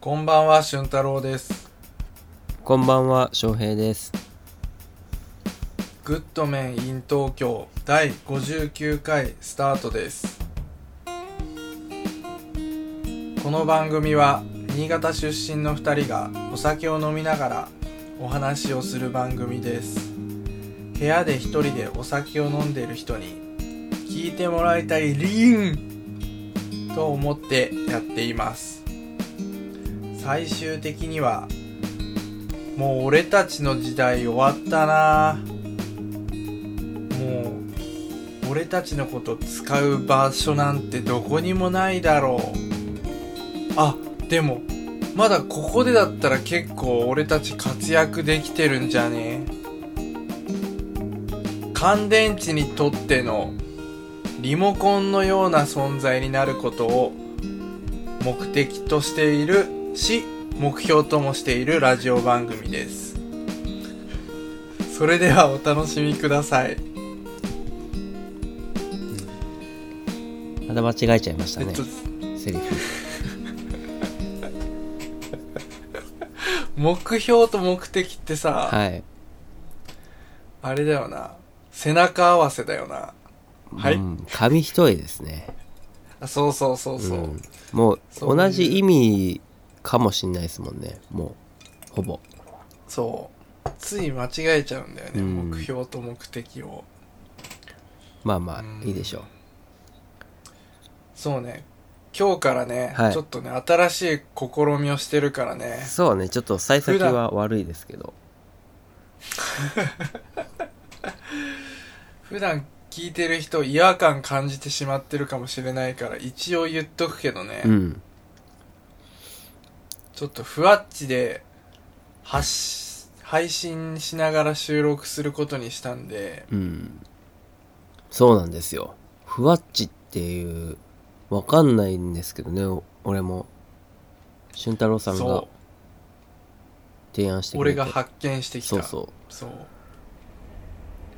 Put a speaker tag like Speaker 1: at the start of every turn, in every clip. Speaker 1: こんばんは、俊太郎です。
Speaker 2: こんばんは、翔平です。
Speaker 1: グッドメン in 東京第59回スタートです。この番組は、新潟出身の2人がお酒を飲みながらお話をする番組です。部屋で一人でお酒を飲んでる人に、聞いてもらいたいリンと思ってやっています。最終的にはもう俺たちの時代終わったなもう俺たちのこと使う場所なんてどこにもないだろうあでもまだここでだったら結構俺たち活躍できてるんじゃね乾電池にとってのリモコンのような存在になることを目的としているし目標ともしているラジオ番組ですそれではお楽しみください、
Speaker 2: また間違えちゃいました
Speaker 1: えっ
Speaker 2: ね
Speaker 1: と、
Speaker 2: セリフ。
Speaker 1: 目標と目的ってさ、
Speaker 2: はい。
Speaker 1: あれだよな背中合わせだよなはい
Speaker 2: うん、紙一重ですね。
Speaker 1: あそうそう そうそう、
Speaker 2: うんもう、
Speaker 1: そう
Speaker 2: 同じ意味かもしんないですもんね。もう、ほぼ。
Speaker 1: そうつい間違えちゃうんだよね、
Speaker 2: うん
Speaker 1: 目標と目的を
Speaker 2: まあま
Speaker 1: うん
Speaker 2: あ、いいでしょ
Speaker 1: そうね今日からね、
Speaker 2: はい
Speaker 1: ちょっとね新しい試みをしてるからね
Speaker 2: う。そうね、ちょっと幸先は悪いですけど。
Speaker 1: 普段聞いてる人違和感感じてしまってるかもしれないから一応言っとくけどね、
Speaker 2: うん。
Speaker 1: ちょっとふわっちで発し配信しながら収録することにしたんで
Speaker 2: うん。そうなんですよ。ふわっちっていう、わかんないんですけどね、お俺も。俊太郎さんが
Speaker 1: そ
Speaker 2: 提案して
Speaker 1: う
Speaker 2: く
Speaker 1: 俺
Speaker 2: れて。
Speaker 1: が発見してきた
Speaker 2: そうそう。
Speaker 1: そう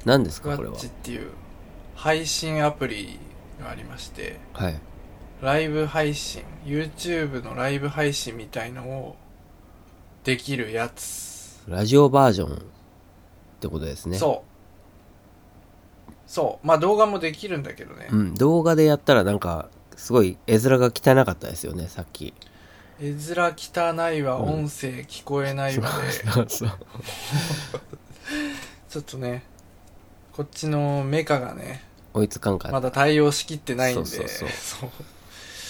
Speaker 2: 何です
Speaker 1: ふ
Speaker 2: か、
Speaker 1: わ
Speaker 2: これは
Speaker 1: っち。っていう配信アプリがありまして
Speaker 2: はい。
Speaker 1: ライブ配信 YouTube のライブ配信みたいのをできるやつ、
Speaker 2: ラジオバージョンってことですね。
Speaker 1: そうそうまあ動画もできるんだけどね、
Speaker 2: うん、動画でやったらなんか、すごい絵面が汚かったですよね、さっき。
Speaker 1: 絵面汚いわ、
Speaker 2: うん
Speaker 1: 音声聞こえないわで、
Speaker 2: そうそう。
Speaker 1: ちょっとね、こっちのメカがね、
Speaker 2: 追いつかんか
Speaker 1: ま
Speaker 2: っ
Speaker 1: だ対応しきってないんで、
Speaker 2: そうそう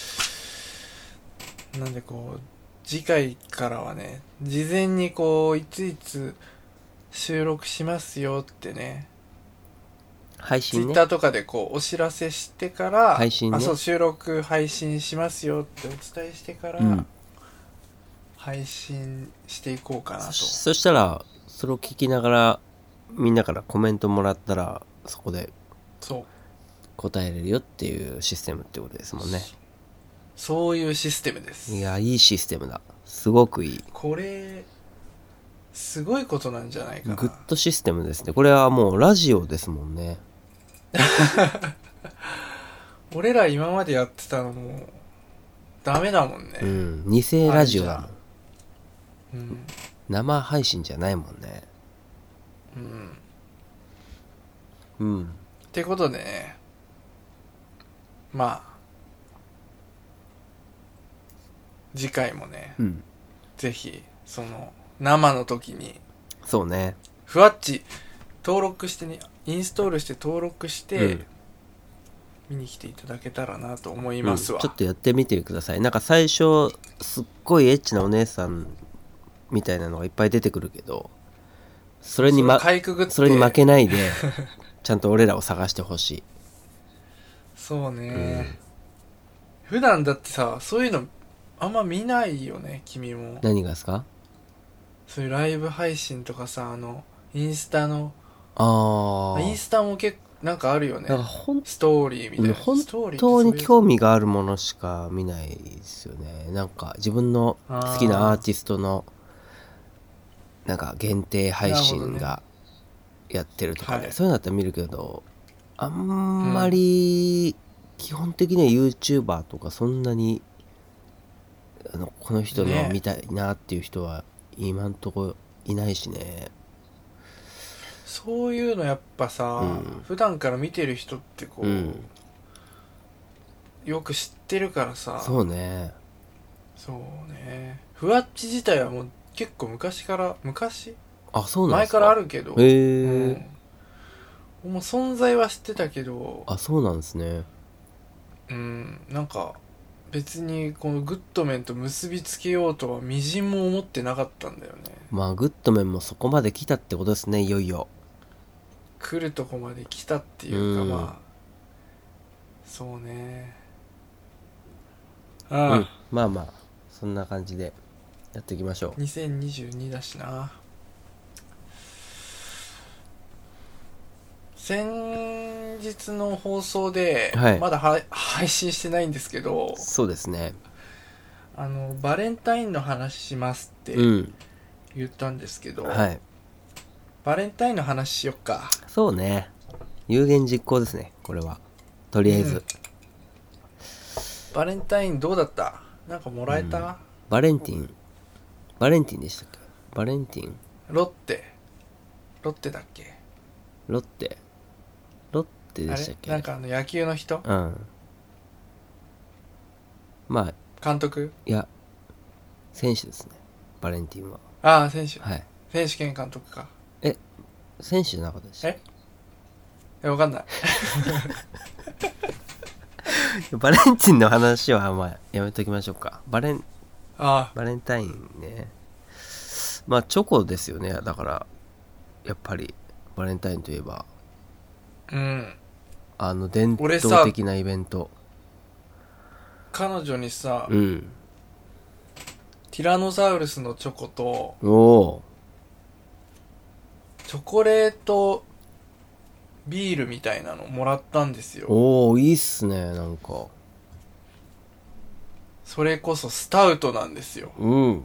Speaker 1: そうなんでこう、次回からはね、事前にこう、いついつ収録しますよってね、
Speaker 2: た。配
Speaker 1: ツイ
Speaker 2: 信
Speaker 1: ッ
Speaker 2: ね
Speaker 1: タ。ーとかでこう、お知らせしてから、
Speaker 2: 配信ね
Speaker 1: あ、そう、収録配信しますよってお伝えしてから、
Speaker 2: うん
Speaker 1: 配信していこうかなと
Speaker 2: そ。そしたら、それを聞きながら、みんなからコメントもらったら、そこで
Speaker 1: そう。
Speaker 2: 答えれるよっていうシステムってことですもんね。
Speaker 1: そういうシステムです。
Speaker 2: いや、いいシステムだ。すごくいい。
Speaker 1: これ、すごいことなんじゃないかな。
Speaker 2: グッドシステムですね。これはもうラジオですもんね。
Speaker 1: 俺ら今までやってたのもう、ダメだもんね。
Speaker 2: うん。偽ラジオだ
Speaker 1: あれ
Speaker 2: も
Speaker 1: じ
Speaker 2: ん。
Speaker 1: うん。
Speaker 2: 生配信じゃないもんね。
Speaker 1: うん。
Speaker 2: うん。
Speaker 1: ってことでね、まあ、次回もね、
Speaker 2: うん。
Speaker 1: ぜひ、その、生の時に、
Speaker 2: そうね。
Speaker 1: ふわっち、登録してね、インストールして登録して、
Speaker 2: うん
Speaker 1: 見に来ていただけたらなと思いますわ。
Speaker 2: うんちょっとやってみてくださいなんか最初すっごいエッチなお姉さんみたいなのがいっぱい出てくるけどそれに,、ま、
Speaker 1: かいくぐって
Speaker 2: それに負けない でちゃんと俺らを探してほし
Speaker 1: そうね、
Speaker 2: うん
Speaker 1: 普段だってさそういうのあんま見ないよね君も
Speaker 2: い何がですか
Speaker 1: そういうライブ配信とかさあのインスタの
Speaker 2: ああ
Speaker 1: インスタも結構なんかあるよね
Speaker 2: なんか本
Speaker 1: ストーリーみたいな
Speaker 2: 本
Speaker 1: ストーリー
Speaker 2: 当に興
Speaker 1: 味
Speaker 2: 味があるものしか見ないですよねなんか自分の好きなアーティストのなんか限定配
Speaker 1: なるほど
Speaker 2: 信
Speaker 1: ね
Speaker 2: がやってるとかね
Speaker 1: はい
Speaker 2: そういうのだったら見るけどあんまり基本的には YouTuber とかそんなにあのこの人の
Speaker 1: ね
Speaker 2: 見たいなっていう人は今んとこいないしね
Speaker 1: そういうのやっぱさ、
Speaker 2: うん
Speaker 1: 普段から見てる人ってこう、
Speaker 2: うん
Speaker 1: よく知ってるからさ
Speaker 2: そうね
Speaker 1: そうねふわっち自体はもう結構昔から昔
Speaker 2: あそうなんで
Speaker 1: 前
Speaker 2: すか
Speaker 1: からあるけど、
Speaker 2: へえ、
Speaker 1: うんもう存在は知ってたけど
Speaker 2: あそうなんですね
Speaker 1: うんなんか別にこのグッドメンと結びつけようとはみじんも思ってなかったんだよね
Speaker 2: まあグッドメンもそこまで来たってことですねいよいよ
Speaker 1: 来るとこまで来たっていうか
Speaker 2: うん
Speaker 1: まあそうね
Speaker 2: う
Speaker 1: あ
Speaker 2: んまあまあそんな感じでやっていきましょ
Speaker 1: あ2022だしな先日の放送で、
Speaker 2: はい
Speaker 1: まだは配信してないんですけど
Speaker 2: うそうですね
Speaker 1: あのバレンタインの話しますって
Speaker 2: うん
Speaker 1: 言ったんですけど、
Speaker 2: はい
Speaker 1: バレンタインの話しよっか
Speaker 2: そうね有言実行ですねこれはとりあえず、
Speaker 1: うんバレンタインどうだったなんかもらえた、
Speaker 2: バレンティンバレンティンでしたっけバレンティン
Speaker 1: ロッテロッテだっけ
Speaker 2: ロッテロッテ
Speaker 1: あ
Speaker 2: でしたっ
Speaker 1: れ
Speaker 2: け
Speaker 1: なんかあの野球の人
Speaker 2: うんまあ
Speaker 1: 監督
Speaker 2: いや選手ですねバレンティンは
Speaker 1: ああ選手
Speaker 2: はい
Speaker 1: 選手兼監督か
Speaker 2: 選手じゃなかったでした
Speaker 1: ええわかんない
Speaker 2: バレンティンの話はまあやめときましょうかバレン
Speaker 1: あ
Speaker 2: バレンタインねまあチョコですよねだからやっぱりバレンタインといえば
Speaker 1: あうん
Speaker 2: あの伝
Speaker 1: 俺
Speaker 2: 統
Speaker 1: さ
Speaker 2: 的なイベント
Speaker 1: 彼女にさ、
Speaker 2: うん
Speaker 1: ティラノサウルスのチョコと
Speaker 2: おお
Speaker 1: チョコレートビールみたいなのもらったんですよ
Speaker 2: おおいいっすねなんか
Speaker 1: それこそスタウトなんですよ
Speaker 2: うん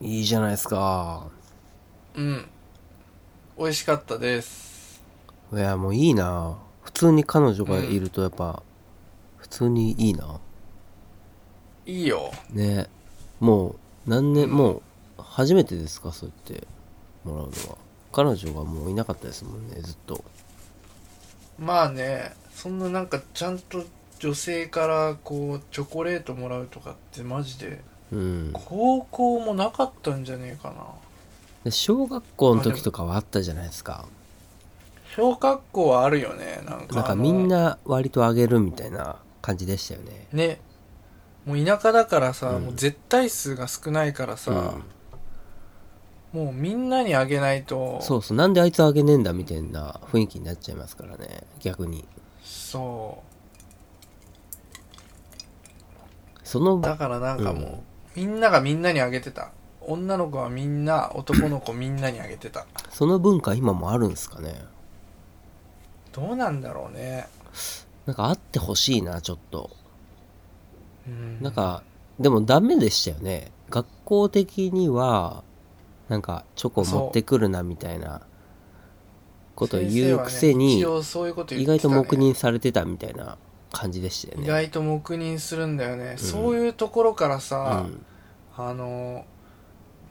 Speaker 2: いいじゃないですか
Speaker 1: うん美味しかったです
Speaker 2: いやもういいな普通に彼女がいるとやっぱ、普通にいいない
Speaker 1: いよ
Speaker 2: ねもう何年、
Speaker 1: うん
Speaker 2: もう初めてですかそうやってもらうのは彼女がもういなかったですもんねずっと
Speaker 1: まあねそんななんかちゃんと女性からこうチョコレートもらうとかってマジで
Speaker 2: うん
Speaker 1: 高校もなかったんじゃねえかな
Speaker 2: で小学校の時とかはあったじゃないですか
Speaker 1: 小学校はあるよねなんか
Speaker 2: なんか
Speaker 1: あの
Speaker 2: みんな割とあげるみたいな感じでしたよね
Speaker 1: ねもう田舎だからさ、
Speaker 2: うん
Speaker 1: もう絶対数が少ないからさ、もうみんなにあげないと
Speaker 2: そううそうなんであいつあげねえんだみたいな雰囲気になっちゃいますからね逆にその
Speaker 1: うだからなんかもう、
Speaker 2: うん
Speaker 1: みんながみんなにあげてた女の子はみんな男の子みんなにあげてた
Speaker 2: その文化今もあるんですかね
Speaker 1: どうなんだろうね
Speaker 2: なんかあってほしいなちょっと
Speaker 1: うん
Speaker 2: なんかでもダメでしたよね学校的にはなんかチョコ持ってくるなみたいなことを言うくせ
Speaker 1: 先
Speaker 2: に
Speaker 1: 生はね一応そういうこと言
Speaker 2: 意
Speaker 1: って
Speaker 2: 外
Speaker 1: た
Speaker 2: と
Speaker 1: ね、
Speaker 2: 黙認されてたみたいな感じでしたよ
Speaker 1: 意
Speaker 2: ね
Speaker 1: 外と黙認するんだよね、そういうところからさ、
Speaker 2: うん
Speaker 1: あの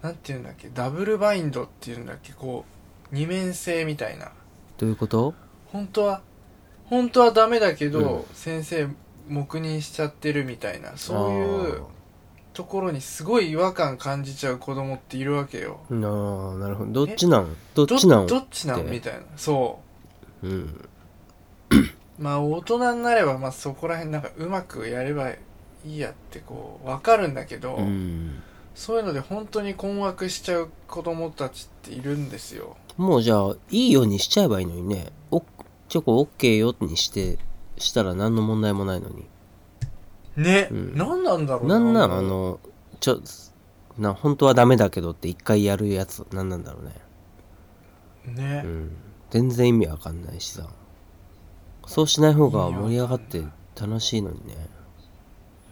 Speaker 1: なんていうんだっけダブルバインドっていうんだっけこう二面性みたいな
Speaker 2: どういうこと
Speaker 1: 本当は本当はダメだけど、
Speaker 2: うん
Speaker 1: 先生黙認しちゃってるみたいなそういう
Speaker 2: あ
Speaker 1: ところにすごい違和感感じちゃう子供っているわけよ
Speaker 2: ーなあなるほどどっちなんどっちなん
Speaker 1: どっちなん
Speaker 2: って
Speaker 1: みたいなそ
Speaker 2: うん
Speaker 1: うまあ大人になれば、まあ、そこら辺なんかうまくやればいいやってこう分かるんだけど、
Speaker 2: うん
Speaker 1: そういうので本当に困惑しちゃう子供たちっているんですよ
Speaker 2: もうじゃあいいようにしちゃえばいいのにねおチョコ OK よにしてしたら何の問題もないのに
Speaker 1: ね、
Speaker 2: うん
Speaker 1: 何なんだろう
Speaker 2: なんなんあのちょな本当はダメだけどって一回やるやつなんなんだろうね、
Speaker 1: ね、
Speaker 2: うん、全然意味わかんないしさそうしない方が盛り上がって楽しいのにね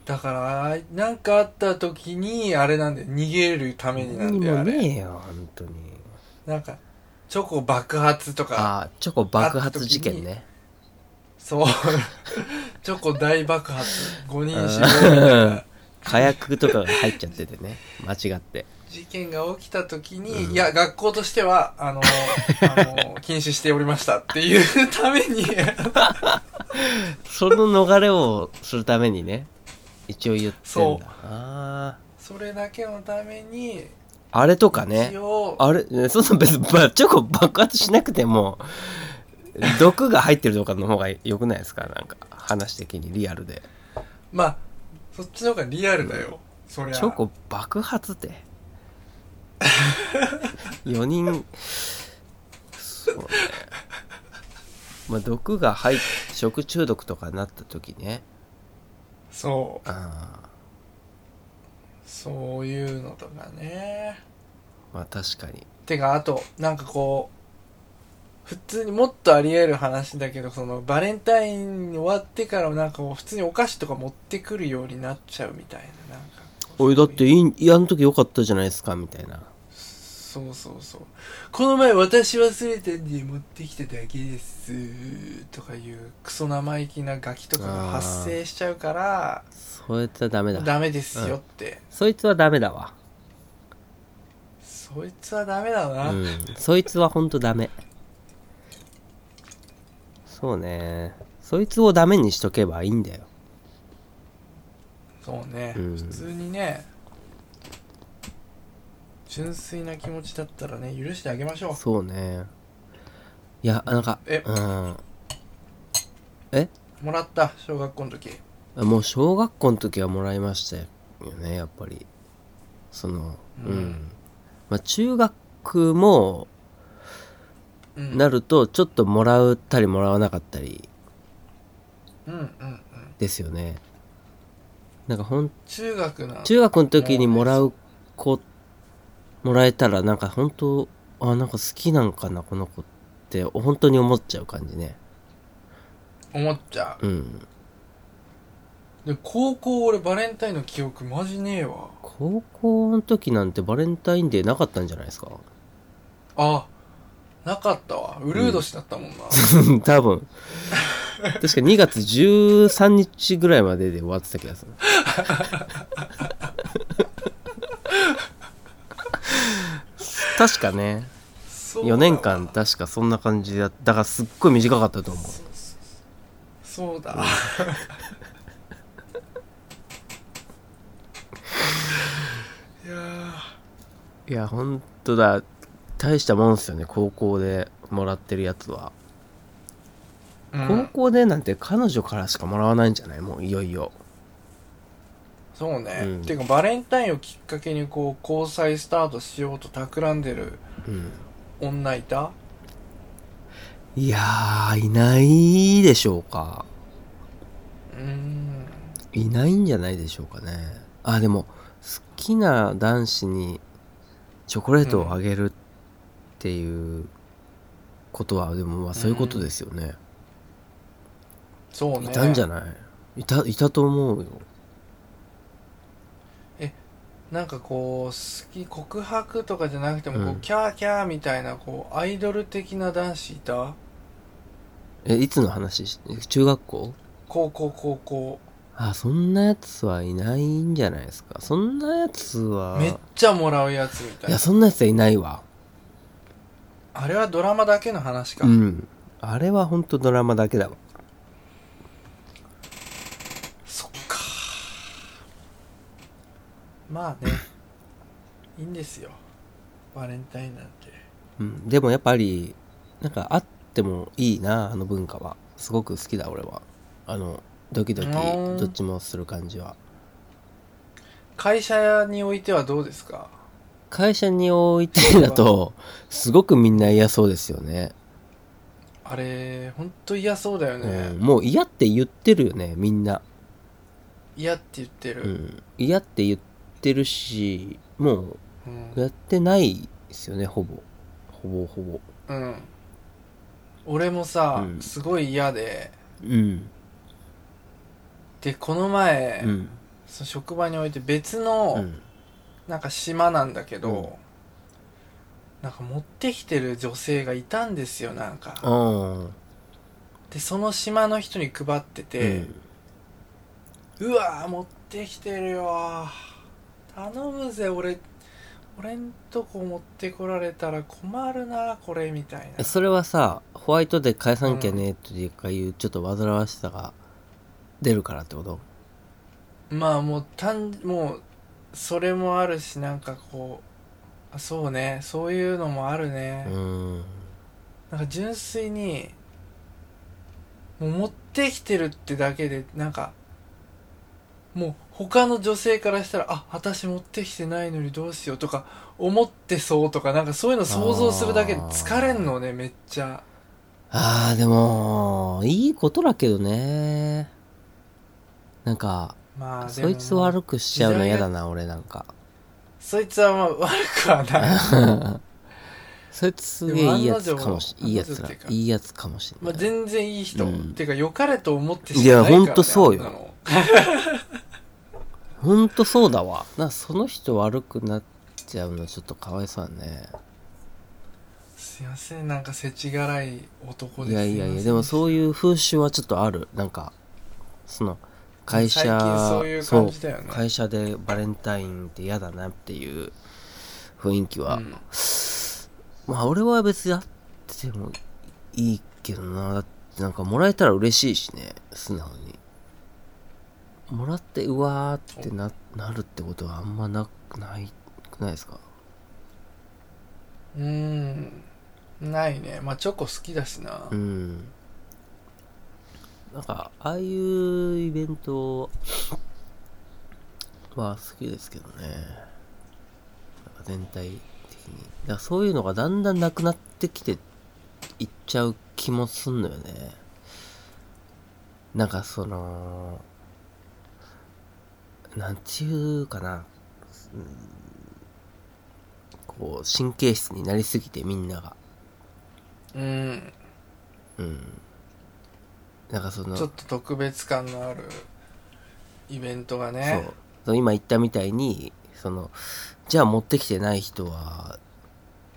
Speaker 1: だから何かあった時にあれなんだよ逃げるためにな
Speaker 2: 何
Speaker 1: んだよ
Speaker 2: も
Speaker 1: あれ
Speaker 2: ねえよ本当に
Speaker 1: なんかチョコ爆発とか
Speaker 2: ああチョコ爆発事件ね
Speaker 1: そうチョコ大爆発5人死亡みたいな
Speaker 2: 火薬とかが入っちゃってて ね間違って
Speaker 1: 事件が起きた時に、
Speaker 2: うん
Speaker 1: いや学校としてはあ のあの禁止しておりましたっていうために
Speaker 2: その逃れをするためにね一応言ってん
Speaker 1: そう
Speaker 2: だあ
Speaker 1: それだけのために
Speaker 2: ーあれとかね
Speaker 1: 一応
Speaker 2: あれねそんな別にばチョコ爆発しなくても毒が入ってるとかの方が良くないですかなんか話的にリアルで
Speaker 1: まあそっちの方がリアルだよそりゃ
Speaker 2: チョコ爆発って4人そうねまあ毒が入っ食中毒とかなった時ね
Speaker 1: そう
Speaker 2: ああ
Speaker 1: そういうのとかね
Speaker 2: まあ確かに
Speaker 1: てかあとなんかこう普通にもっとあり得る話だけどそのバレンタイン終わってからもなんかこう普通にお菓子とか持ってくるようになっちゃうみたいななんか
Speaker 2: 「おいだっていいいやあの時良かったじゃないですか」みたいな
Speaker 1: そうそうそうこの前私忘れたんで持ってきただけですとかいうクソ生意気なガキとかが発生しちゃうから
Speaker 2: そうやったらダメだ
Speaker 1: ダメですよって、
Speaker 2: そいつはダメだわ
Speaker 1: そいつはダメだな、
Speaker 2: うん、そいつはほんとダメそうねそいつをダメにしとけばいいんだよ
Speaker 1: そうね、
Speaker 2: うん
Speaker 1: 普通にね純粋な気持ちだったらね許してあげましょう
Speaker 2: そうねいやなんか
Speaker 1: えもらった小学校の時
Speaker 2: うんもう小学校の時はもらいましたよねやっぱりそのうん、
Speaker 1: うん
Speaker 2: まあ、中学も
Speaker 1: うん
Speaker 2: なるとちょっともらったりもらわなかったり
Speaker 1: うんうんうん
Speaker 2: ですよねなんかほん
Speaker 1: 中学な
Speaker 2: 中学の時にもらう子もらえたらなんか本当あなんか好きなんかなこの子って本当に思っちゃう感じね
Speaker 1: 思っちゃ
Speaker 2: うん
Speaker 1: うで高校俺バレンタインの記憶マジねえわ
Speaker 2: 高校の時なんてバレンタインデーなかったんじゃないですか
Speaker 1: あなかったわうるう年だったもんな、
Speaker 2: 多分確か2月13日ぐらいまでで終わってた気がする 確かね
Speaker 1: そうだ
Speaker 2: 4
Speaker 1: わ
Speaker 2: 年間確かそんな感じだだからすっごい短かったと思う
Speaker 1: そうだ、 いやー
Speaker 2: いや、ほんとだ。大したもんですよね、高校でもらってるやつは。
Speaker 1: うん
Speaker 2: 高校でなんて彼女からしかもらわないんじゃないもういよいよ。
Speaker 1: そうね、
Speaker 2: うん
Speaker 1: ていうかバレンタインをきっかけにこう交際スタートしようと企んでる
Speaker 2: うん。
Speaker 1: 女いた
Speaker 2: いやー、いないでしょうか。
Speaker 1: うーん
Speaker 2: いないんじゃないでしょうかね。あ、でも、好きな男子にチョコレートをあげるっていうことは、でもまあそういうことですよね。
Speaker 1: そうね
Speaker 2: いたんじゃ
Speaker 1: な
Speaker 2: ないいた、いたと思うよ。
Speaker 1: んかこう好き告白とかじゃなくてもこう、
Speaker 2: うん
Speaker 1: キャーキャーみたいなこうアイドル的な男子いた
Speaker 2: え、いつの話し中学校
Speaker 1: 高校高校
Speaker 2: あ、そんなやつはいないんじゃないですか。そんなやつは。
Speaker 1: めっちゃもらうやつみたい
Speaker 2: い
Speaker 1: な
Speaker 2: や、そんなやつはいないわ。
Speaker 1: あれはドラマだけの話か、
Speaker 2: うん。あれはほんとドラマだけだわ。
Speaker 1: そっかま あねいいんですよバレンタインなんて
Speaker 2: うん。でもやっぱり、なんかあってもいいな、あの文化は。すごく好きだ、俺は。あの、ドキドキ、
Speaker 1: うん
Speaker 2: どっちもする感じは。
Speaker 1: 会社においてはどうですか
Speaker 2: 会社においてだと、すごくみんな嫌そうですよね。
Speaker 1: あれほんと嫌そうだよね
Speaker 2: うん。もう嫌って言ってるよね、みんな。
Speaker 1: 嫌って言って
Speaker 2: う
Speaker 1: る、
Speaker 2: ん。嫌って言ってるし、もう、
Speaker 1: うん
Speaker 2: やってないですよねほぼほぼほぼ
Speaker 1: うん俺もさ、
Speaker 2: うん
Speaker 1: すごい嫌で
Speaker 2: うん
Speaker 1: でこの前、
Speaker 2: うん
Speaker 1: その職場において別
Speaker 2: う
Speaker 1: の、
Speaker 2: ん
Speaker 1: なんか島なんだけど、
Speaker 2: うん
Speaker 1: なんか持ってきてる女性がいたんですよなんか
Speaker 2: あ
Speaker 1: でその島の人に配ってて、うわー持ってきてるよー頼むぜ俺俺んとこ持ってこられたら困るなこれみたい
Speaker 2: うん、
Speaker 1: な
Speaker 2: それはさホワイトで返さなきゃねっていうかいうちょっと煩わしさが出るからってこと
Speaker 1: まあもう単もうそれもあるしなんかこうあそうねそういうのもあるね、
Speaker 2: うん
Speaker 1: なんか純粋にもう持ってきてるってだけでなんかもう他の女性からしたらあ私持ってきてないのにどうしようとか思ってそうとかなんかそういうの想像するだけで疲れんのねめっちゃ
Speaker 2: あーでもいいことだけどねなんか
Speaker 1: まあでも
Speaker 2: そいつ悪くしちゃうの嫌だな俺なんか
Speaker 1: そいつはまあ悪くは ない
Speaker 2: そいつすげえいいやつかもし
Speaker 1: でも案の定
Speaker 2: いいやつ
Speaker 1: 案の定っ
Speaker 2: だ
Speaker 1: ていうか
Speaker 2: いいやつかもしれ
Speaker 1: まあ
Speaker 2: ない、
Speaker 1: 全然いい人、
Speaker 2: うん
Speaker 1: てか良かれと思ってしかない
Speaker 2: い
Speaker 1: から、
Speaker 2: や
Speaker 1: ね、
Speaker 2: ほんとそうよ
Speaker 1: あんなの
Speaker 2: ほんとそうだわなその人悪くなっちゃうのちょっとかわいそうだね
Speaker 1: すいませんなんか世知辛い男です
Speaker 2: いやいやいや
Speaker 1: す
Speaker 2: で
Speaker 1: ま
Speaker 2: も
Speaker 1: せん
Speaker 2: そういう風習はちょっとあるなんかその会社
Speaker 1: 最近そういう感じだよね
Speaker 2: そう会社でバレンタインって嫌だなっていう雰囲気は、
Speaker 1: うん
Speaker 2: まあ俺は別にあってもいいけどなだってなんかもらえたら嬉しいしね素直にもらってうわーってななるってことはあんまなくないくないですか
Speaker 1: うーんないねまあチョコ好きだしな、
Speaker 2: うんなんかああいうイベントは好きですけどねなんか全体的にだからそういうのがだんだんなくなってきていっちゃう気もすんのよねなんかそのなんちゅうかなうんこう神経質になりすぎてみんなが
Speaker 1: うん
Speaker 2: うんなんかその
Speaker 1: ちょっと特別感のあるイベントが
Speaker 2: そ
Speaker 1: ね
Speaker 2: うその今言ったみたいにそのじゃあ持ってきてない人は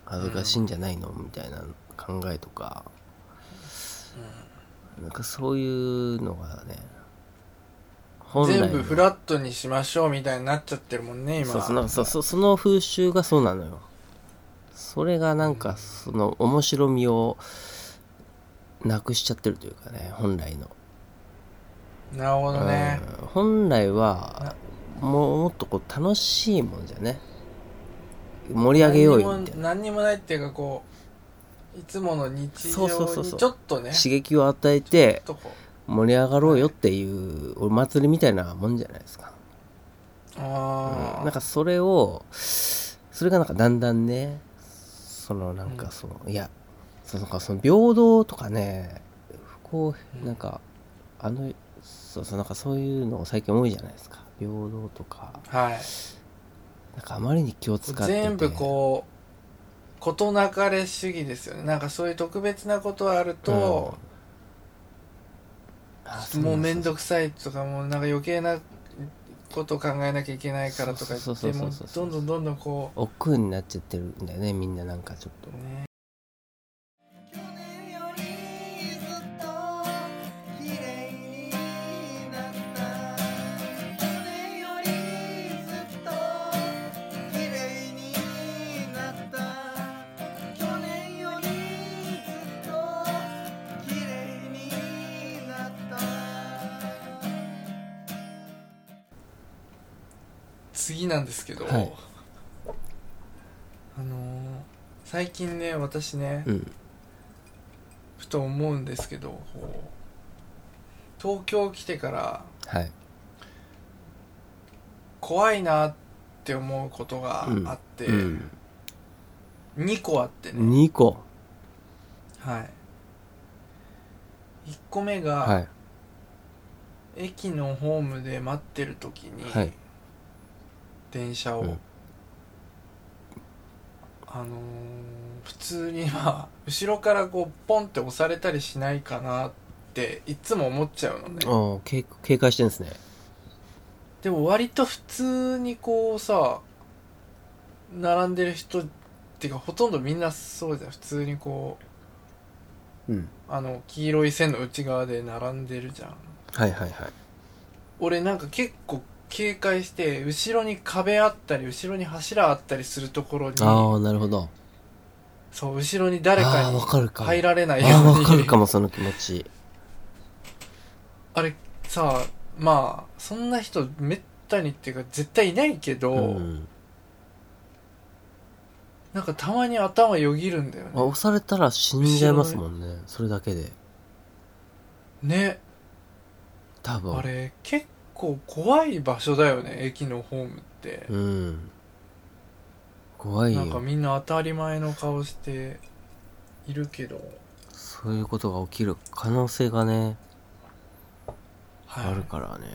Speaker 2: 恥ずかしいんじゃないの、みたいな考えとか、なんかそういうのがね本来の
Speaker 1: 全部フラットにしましょうみたいになっちゃってるもんね今
Speaker 2: そうそのそうそうその風習がそうなのよそれがなんかその面白みをなくしちゃってるというかね本来の
Speaker 1: なるほどね
Speaker 2: うん本来はもうもっとこう楽しいもんじゃね盛り上げようよ
Speaker 1: 何
Speaker 2: み
Speaker 1: に
Speaker 2: たい
Speaker 1: も
Speaker 2: な
Speaker 1: 何にもないっていうかこういつもの日常
Speaker 2: そうそうそう
Speaker 1: に
Speaker 2: そう
Speaker 1: ちょっとね
Speaker 2: 刺激を与えて
Speaker 1: ちょっとこ
Speaker 2: 盛り上がろうよっていうお祭りみたいなもんじゃないですか、
Speaker 1: う
Speaker 2: うん
Speaker 1: ああ、
Speaker 2: なんかそれをそれがなんかだんだんねそのなんかその、いやそのなんかその平等とかね不公
Speaker 1: うん
Speaker 2: 平なんかあのそうそうなんかそういうの最近多いじゃないですか平等とか
Speaker 1: はい
Speaker 2: なんかあまりに気を使ってて
Speaker 1: 全部こう事なかれ主義ですよねなんかそういう特別なことがあると、
Speaker 2: うんあ
Speaker 1: もうめん
Speaker 2: そ
Speaker 1: どくさいとかもうなんか余計なこと考えなきゃいけないからとか言
Speaker 2: そう
Speaker 1: っ
Speaker 2: そ
Speaker 1: て
Speaker 2: うそ
Speaker 1: も
Speaker 2: う
Speaker 1: う
Speaker 2: そう
Speaker 1: ど
Speaker 2: そうん
Speaker 1: どんどんどんこ
Speaker 2: う億劫になっちゃってるんだよねみんななんかちょっ
Speaker 1: う
Speaker 2: と
Speaker 1: ね
Speaker 3: 去年よりずっと綺麗になった去年よりずっと綺麗になった去年よりずっと綺麗になった
Speaker 1: 次なんですけど、
Speaker 2: はい
Speaker 1: あのー最近ね私ね、
Speaker 2: うん
Speaker 1: ふと思うんですけどこう東京来てから
Speaker 2: はい
Speaker 1: 怖いなって思うことがあって、
Speaker 2: うん
Speaker 1: 2個あってね、
Speaker 2: 2個
Speaker 1: はい1個目が、
Speaker 2: はい
Speaker 1: 駅のホームで待ってる時に、
Speaker 2: はい
Speaker 1: 電車を、
Speaker 2: うん
Speaker 1: あのー普通にまあ後ろからこうポンって押されたりしないかなっていつも思っちゃうのね
Speaker 2: ああ警警戒してるんですね
Speaker 1: でも割と普通にこうさ並んでる人っていうかほとんどみんなそうじゃん普通にこう
Speaker 2: うん
Speaker 1: あの黄色い線の内側で並んでるじゃん
Speaker 2: はいはいはい
Speaker 1: 俺なんか結構警戒して後ろに壁あったり後ろに柱あったりするところに
Speaker 2: ああなるほど
Speaker 1: そう後ろに誰
Speaker 2: あ
Speaker 1: か
Speaker 2: あー
Speaker 1: に
Speaker 2: わかるかも
Speaker 1: 入られないよ
Speaker 2: ああ
Speaker 1: う
Speaker 2: わ
Speaker 1: に
Speaker 2: かるかもその気持ち
Speaker 1: あれさまあそんな人めったにっていうか絶対いないけど、
Speaker 2: うん
Speaker 1: なんかたまに頭よぎるんだよ
Speaker 2: あ
Speaker 1: ね
Speaker 2: 押されたら死んじゃいますもんねそれだけで
Speaker 1: ね
Speaker 2: 多分
Speaker 1: あれ結構怖い場所だよね駅のホームって、
Speaker 2: うん怖い
Speaker 1: なんか
Speaker 2: よ
Speaker 1: みんな当たり前の顔しているけど、
Speaker 2: そういうことが起きる可能性がね
Speaker 1: はい、
Speaker 2: あるからね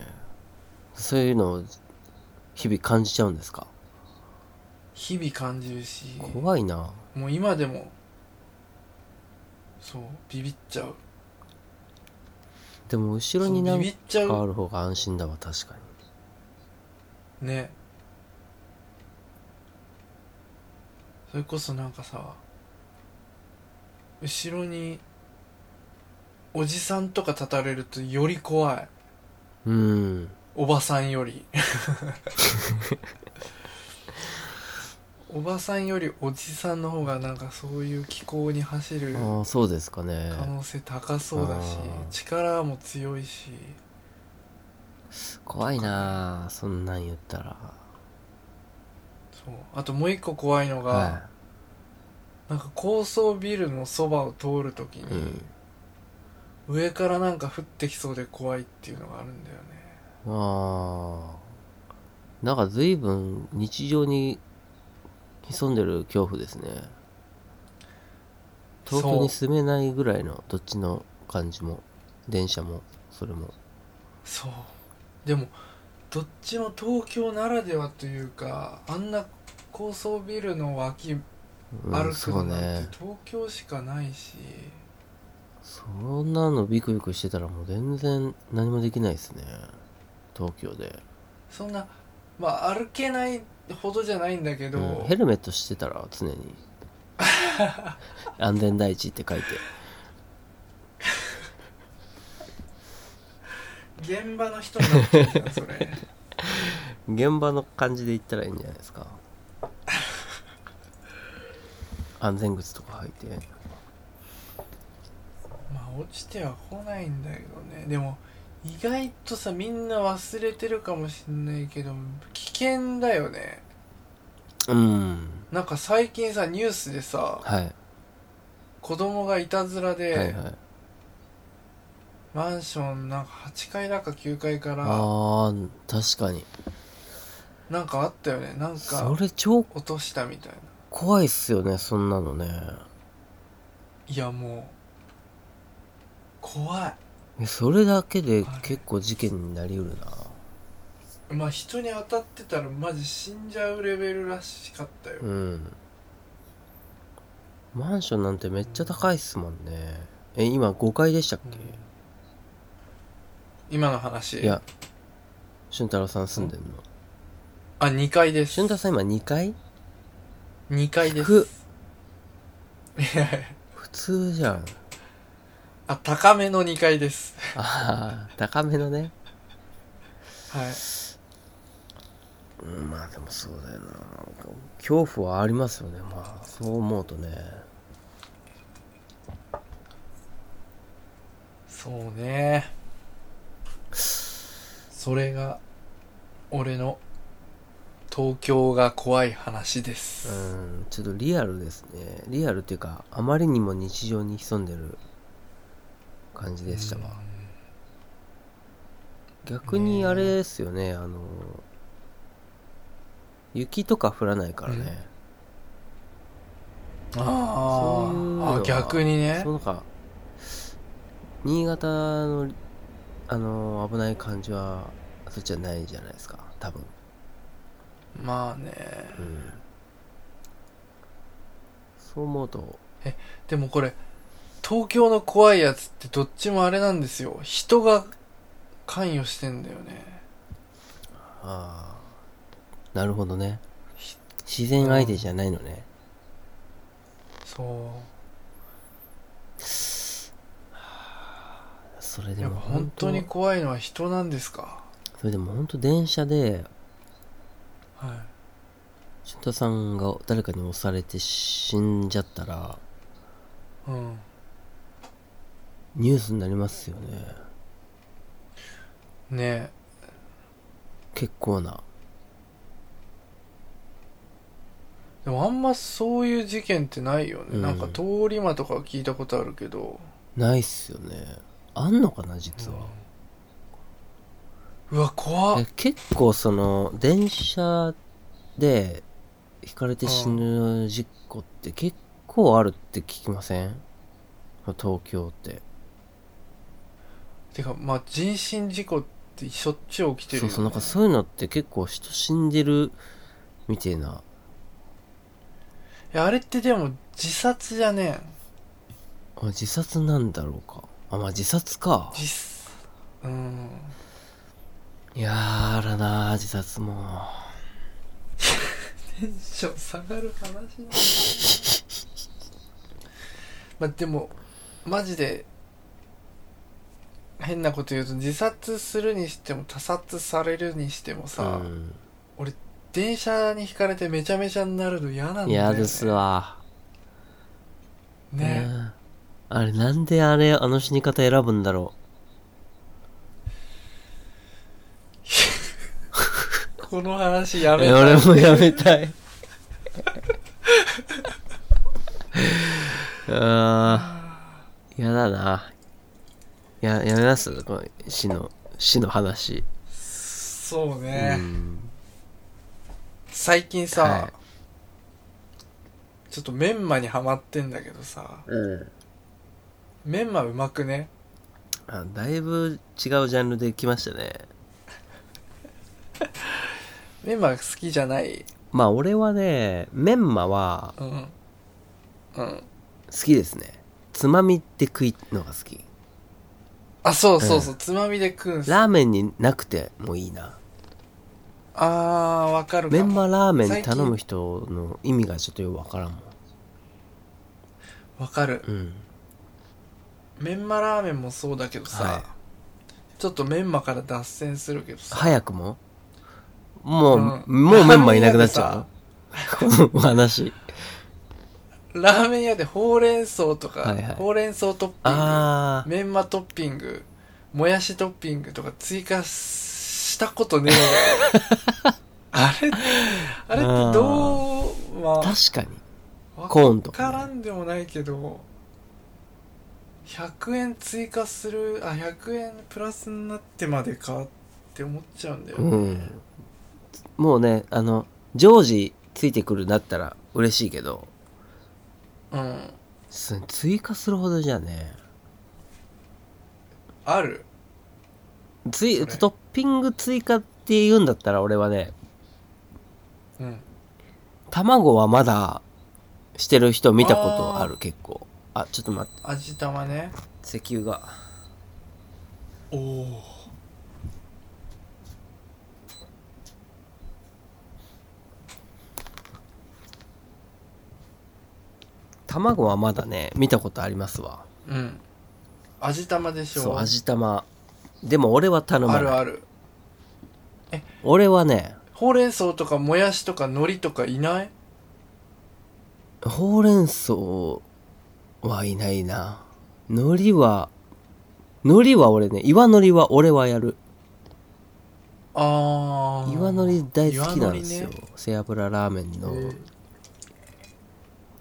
Speaker 2: そういうのを日々感じちゃうんですか
Speaker 1: 日々感じるし
Speaker 2: 怖いな
Speaker 1: もう今でもそうビビっちゃう
Speaker 2: でも後ろに
Speaker 1: そ
Speaker 2: な
Speaker 1: うんビビっちゃ
Speaker 2: かあ
Speaker 1: う
Speaker 2: る方が安心だわ確かに
Speaker 1: ねそれこそなんかさ後ろにおじさんとか立たれるとより怖い
Speaker 2: うん
Speaker 1: おばさんよりおばさんよりおじさんの方がなんかそういう気候に走る
Speaker 2: ああそうですかね
Speaker 1: 可能性高そうだし
Speaker 2: あー
Speaker 1: 力も強いし
Speaker 2: 怖いなそんなん言ったら
Speaker 1: そうあともう一個怖いのが、
Speaker 2: は
Speaker 1: なんか高層ビルのそばを通るとき
Speaker 2: い、う
Speaker 1: に
Speaker 2: ん、
Speaker 1: 上からなんか降ってきそうで怖いっていうのがあるんだよね
Speaker 2: ああなんか随分日常に潜んでる恐怖ですね東京に住めないぐらいのどっちの感じも電車もそれも
Speaker 1: そうでもどっちも東京ならではというかあんな高層ビルの脇
Speaker 2: うん
Speaker 1: 歩く
Speaker 2: そ
Speaker 1: の
Speaker 2: う
Speaker 1: なん
Speaker 2: ね
Speaker 1: て東京しかないし、
Speaker 2: そんなのビクビクしてたらもう全然何もできないですね東京で、
Speaker 1: そんなまあ歩けないほどじゃないんだけど、
Speaker 2: うんヘルメットしてたら常に安全第一って書いて
Speaker 1: 現場の人になっちゃうじゃんそれ
Speaker 2: 現場の感じで行ったらいいんじゃないですか安全靴とか履いて
Speaker 1: まあ落ちては来ないんだけどねでも意外とさみんな忘れてるかもしんないけど危険だよね
Speaker 2: うん
Speaker 1: なんか最近さニュースでさ
Speaker 2: はい、
Speaker 1: 子供がいたずらで、
Speaker 2: はいはい
Speaker 1: マンションなんか8階だか9階から
Speaker 2: あー確かに
Speaker 1: なんかあったよねなん
Speaker 2: そ
Speaker 1: か
Speaker 2: れ超
Speaker 1: 落としたみたいな
Speaker 2: 怖いっすよねそんなのね
Speaker 1: いやもう怖
Speaker 2: えそれだけで結構事件になりうるない
Speaker 1: まあ人に当たってたらマジ死んじゃうレベルらしかったよ、
Speaker 2: うんマンションなんてめっちゃ高いっすもんねえ今5階でしたっけ、
Speaker 1: 今の話
Speaker 2: いや俊太郎さん住んでんの、
Speaker 1: あ2階です
Speaker 2: 俊太郎さん今2階
Speaker 1: 2階です
Speaker 2: 低
Speaker 1: いやいや
Speaker 2: 普通じゃん
Speaker 1: あ高めの2階です
Speaker 2: ああ高めのね
Speaker 1: はい
Speaker 2: うんまあでもそうだよな恐怖はありますよねまあそう思うとね
Speaker 1: そうねそれが俺の東京が怖い話で
Speaker 2: う
Speaker 1: す、
Speaker 2: んちょっとリアルですねリアルっていうかあまりにも日常に潜んでる感じでしたわ、逆にあれですよねあの雪とか降らないからね、
Speaker 1: あ
Speaker 2: そういうの
Speaker 1: ー
Speaker 2: は
Speaker 1: あ逆にね
Speaker 2: そうなんか新潟のあの危ない感じはそっちはないじゃないですか多分
Speaker 1: まあね
Speaker 2: うんそう思うと
Speaker 1: でもこれ東京の怖いやつってどっちもあれなんですよ人が関与してんだよね
Speaker 2: ああなるほどね自然相手じゃないのね
Speaker 1: そう
Speaker 2: それで
Speaker 1: やっ
Speaker 2: も
Speaker 1: ぱ本当に怖いのは人なんですか
Speaker 2: それでも本当電車で
Speaker 1: はい
Speaker 2: 俊太さんが誰かに押されて死んじゃったら
Speaker 1: うん
Speaker 2: ニュースになりますよね
Speaker 1: ね
Speaker 2: 結構な
Speaker 1: えでもあんまそういう事件ってないよね、
Speaker 2: うん
Speaker 1: なんか通り魔とかは聞いたことあるけど
Speaker 2: ないっすよねあんのかな実は、
Speaker 1: うわ怖っ
Speaker 2: え結構その電車でひかれて死ぬ事故って結構あるって聞きません東京って
Speaker 1: てかまあ人身事故ってしょっちゅう起きてるよ、
Speaker 2: そう
Speaker 1: ね、
Speaker 2: そうなんかそういうのって結構人死んでるみたいない
Speaker 1: やあれってでも自殺じゃね
Speaker 2: あ自殺なんだろうかあまあ自殺か
Speaker 1: え実 うん
Speaker 2: やーらなー自殺も
Speaker 1: テンション下がる話だなまあでもマジで変なこと言うと自殺するにしても他殺されるにしてもさ、
Speaker 2: うん
Speaker 1: 電車にひかれてめちゃめちゃになるの嫌なんだよ、ね、
Speaker 2: 嫌ですわ
Speaker 1: ね
Speaker 2: うんあれなんであれあの死に方選ぶんだろ
Speaker 1: この話や
Speaker 2: う
Speaker 1: め
Speaker 2: え
Speaker 1: た
Speaker 2: 俺もやめたい あー嫌だないややめますこの死の死の話、
Speaker 1: そうね、
Speaker 2: うん
Speaker 1: 最近さ、
Speaker 2: はい
Speaker 1: ちょっとメンマにはまってんだけどさメンマうまくね
Speaker 2: あだいぶ違うジャンルで来ましたね
Speaker 1: メンマ好きじゃない
Speaker 2: まあ俺はねメンマは
Speaker 1: うんうん
Speaker 2: 好きですねつまみって食いのが好き
Speaker 1: あそうそうそう、つまみで食うんすあ
Speaker 2: ラーメンになくてもいいな
Speaker 1: あーわかるか
Speaker 2: メ
Speaker 1: も
Speaker 2: ンマラーメン頼む人の意味がちょっとよくわからんもん
Speaker 1: わかる
Speaker 2: うん
Speaker 1: メンマラーメンもそうだけどさ、
Speaker 2: はい
Speaker 1: ちょっとメンマから脱線するけどさ、
Speaker 2: 早くももう、
Speaker 1: うん
Speaker 2: もうメンマいなくなっちゃうのこの 話
Speaker 1: ラーメン屋でほうれん草とか、
Speaker 2: はいはい
Speaker 1: ほうれん草トッピング
Speaker 2: ああ
Speaker 1: メンマトッピングもやしトッピングとか追加したことねえよ あれあれってどうまあ
Speaker 2: 確かに
Speaker 1: わ
Speaker 2: コーンとかね
Speaker 1: からんでもないけど100円追加するあ100円プラスになってまでかって思っちゃうんだよ、
Speaker 2: うんもうねあの常時ついてくるんだったら嬉しいけど
Speaker 1: うん、
Speaker 2: す追加するほどじゃね
Speaker 1: ある
Speaker 2: つい
Speaker 1: それ
Speaker 2: トッピング追加って言うんだったら俺はね
Speaker 1: うん
Speaker 2: 卵はまだしてる人見たことある
Speaker 1: あ
Speaker 2: 結構あちょっと待って
Speaker 1: 味玉ね
Speaker 2: 石油が
Speaker 1: おお
Speaker 2: 卵はまだね見たことありますわ
Speaker 1: うん味玉でしょ
Speaker 2: そう味玉でも俺は頼
Speaker 1: あ
Speaker 2: ま
Speaker 1: る
Speaker 2: ない
Speaker 1: ある
Speaker 2: 俺はね
Speaker 1: ほうれん草とかもやしとか海苔とかいない
Speaker 2: ほうれん草はいないな海苔は海苔は俺ね岩海苔は俺はやる
Speaker 1: ああ
Speaker 2: 岩海苔大好きなんですよ、
Speaker 1: 岩海苔ね
Speaker 2: 背脂ラーメンの
Speaker 1: へえ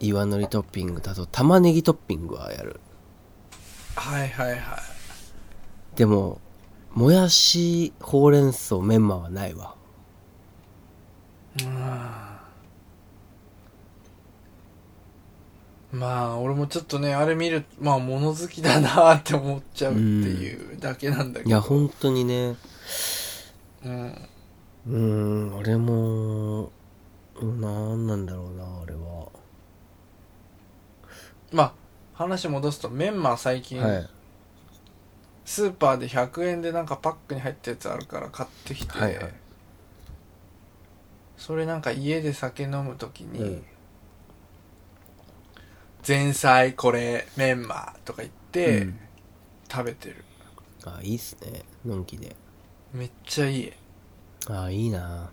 Speaker 2: 岩海苔トッピングだと玉ねぎトッピングはやる
Speaker 1: はいはいはい
Speaker 2: でももやしほうれん草メンマはないわ
Speaker 1: うんまあ俺もちょっとねあれ見るまあ物好きだなって思っちゃうっていうだけなんだけ
Speaker 2: い
Speaker 1: ど
Speaker 2: や本当にね
Speaker 1: うん
Speaker 2: うーん俺もなんなんだろうなあれは
Speaker 1: まあ話戻すとメンマ最近、
Speaker 2: はい
Speaker 1: スーパーで100円でなんかパックに入ったやつあるから買ってきて、
Speaker 2: はいはい
Speaker 1: それなんか家で酒飲む時に、
Speaker 2: うん
Speaker 1: 前菜これメンマとか言って、
Speaker 2: うん
Speaker 1: 食べてる
Speaker 2: あいいっすねのんきで
Speaker 1: めっちゃいい
Speaker 2: あいいな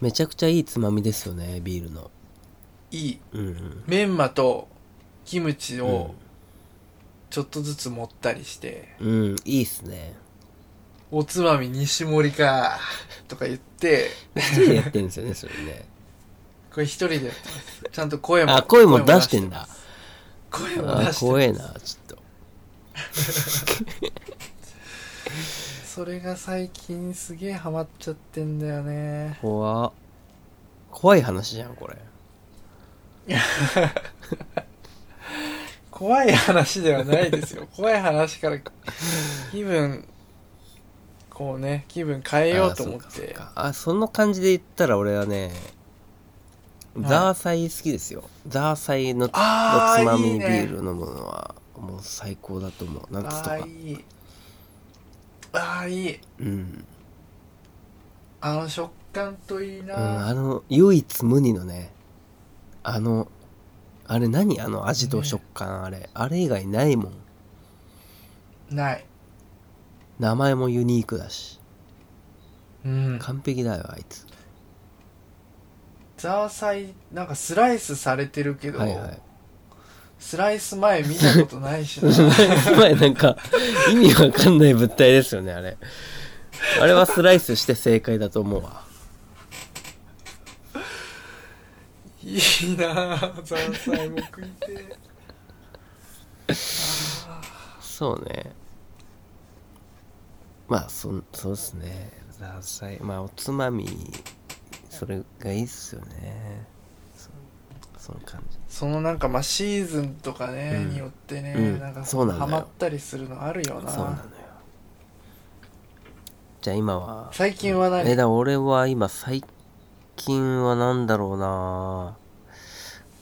Speaker 2: めちゃくちゃいいつまみですよねビールの
Speaker 1: いい
Speaker 2: うんうん
Speaker 1: メンマとキムチ
Speaker 2: うん
Speaker 1: をちょっとずつ盛ったりして、
Speaker 2: うんいいっす ね
Speaker 1: おつまみ西盛りかとか言って
Speaker 2: 一人でやってるんですよねそれね
Speaker 1: これ一人でやってますちゃんと声も
Speaker 2: あ声も出してんだ
Speaker 1: 声も
Speaker 2: あ
Speaker 1: 出して
Speaker 2: 怖
Speaker 1: ます
Speaker 2: えなちょっと
Speaker 1: それが最近すげえハマっちゃってんだよね
Speaker 2: 怖っ怖い話じゃんこれ
Speaker 1: 怖い話ではないです よ怖い話から気分こうね気分変えようと思っ
Speaker 2: あそ
Speaker 1: て
Speaker 2: かそかあその感じで言ったら俺は
Speaker 1: は
Speaker 2: ね
Speaker 1: い
Speaker 2: ザーサイ好きですよ、ザーサイのおつ
Speaker 1: あー
Speaker 2: まみ
Speaker 1: いい
Speaker 2: ビ
Speaker 1: ね
Speaker 2: ール飲むのはもう最高だと思う夏と
Speaker 1: あ
Speaker 2: か
Speaker 1: あいいああいい
Speaker 2: うん、
Speaker 1: あの食感といい
Speaker 2: うん、
Speaker 1: な、
Speaker 2: あの唯一無二のねあのあれ何あの味と食感あれ、あれ以外ないもん
Speaker 1: ない
Speaker 2: 名前もユニークだし
Speaker 1: うん
Speaker 2: 完璧だよあいつ
Speaker 1: ザーサイなんかスライスされてるけど、
Speaker 2: はいはい
Speaker 1: スライス前見たことないし な
Speaker 2: 前なんか意味わかんない物体ですよねあれあれはスライスして正解だと思うわ
Speaker 1: いいなあザーサイも食いてえ
Speaker 2: そうねまあそんそうですねザーサイまあおつまみそれがいいっすよねそその感じ
Speaker 1: そのなんかまあシーズンとかね、
Speaker 2: うん
Speaker 1: によってね、
Speaker 2: うん
Speaker 1: なんか
Speaker 2: そうなんだ
Speaker 1: ハ
Speaker 2: よ
Speaker 1: マったりするのあるよな
Speaker 2: そうなのよじゃあ今は
Speaker 1: 最近は何、
Speaker 2: えだ俺は今最近は何だろうな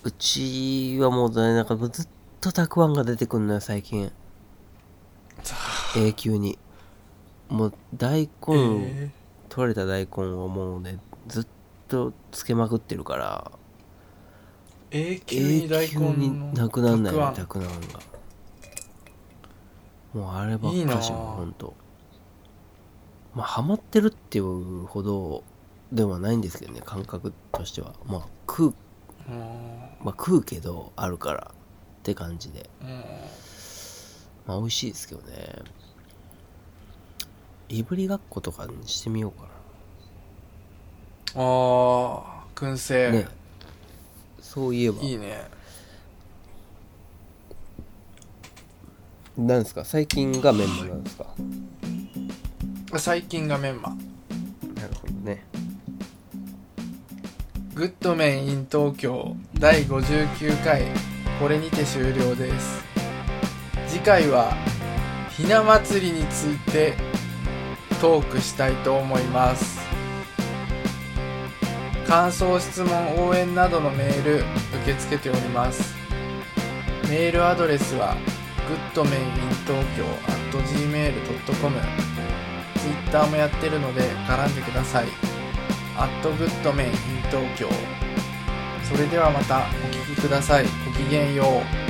Speaker 2: うちはもうねなんかずっとたくあんが出てくんのよ最近
Speaker 1: さ
Speaker 2: 永久にもう大根、
Speaker 1: え
Speaker 2: 取れた大根をもうねずっとつけまくってるから
Speaker 1: ー、永久に
Speaker 2: 永
Speaker 1: 大
Speaker 2: 久
Speaker 1: 根
Speaker 2: に
Speaker 1: の
Speaker 2: なくなんない
Speaker 1: たくあ
Speaker 2: よ
Speaker 1: ん
Speaker 2: たくあんがもうあればっかし
Speaker 1: い
Speaker 2: も
Speaker 1: いなあ
Speaker 2: うほんとまあハマってるっていうほどではないんですけどね感覚としてはまあ食う
Speaker 1: うん
Speaker 2: まあ食うけどあるからって感じで
Speaker 1: うん
Speaker 2: まあ美味しいですけどねいぶりがっことかにしてみようか
Speaker 1: ああ燻製、
Speaker 2: なねそういえば
Speaker 1: いいね
Speaker 2: なんですか最近がメンマなんですか
Speaker 1: 最近がメンマ
Speaker 2: なるほどね
Speaker 1: グッドメン in 東京第59回これにて終了です次回はひな祭りについてトークしたいと思います感想質問応援などのメール受け付けておりますメールアドレスは goodmaninTokyo.gmail.com Twitter もやってるので絡んでくださいアットグッドメン in 東京それではまたお聞きくださいごきげんよう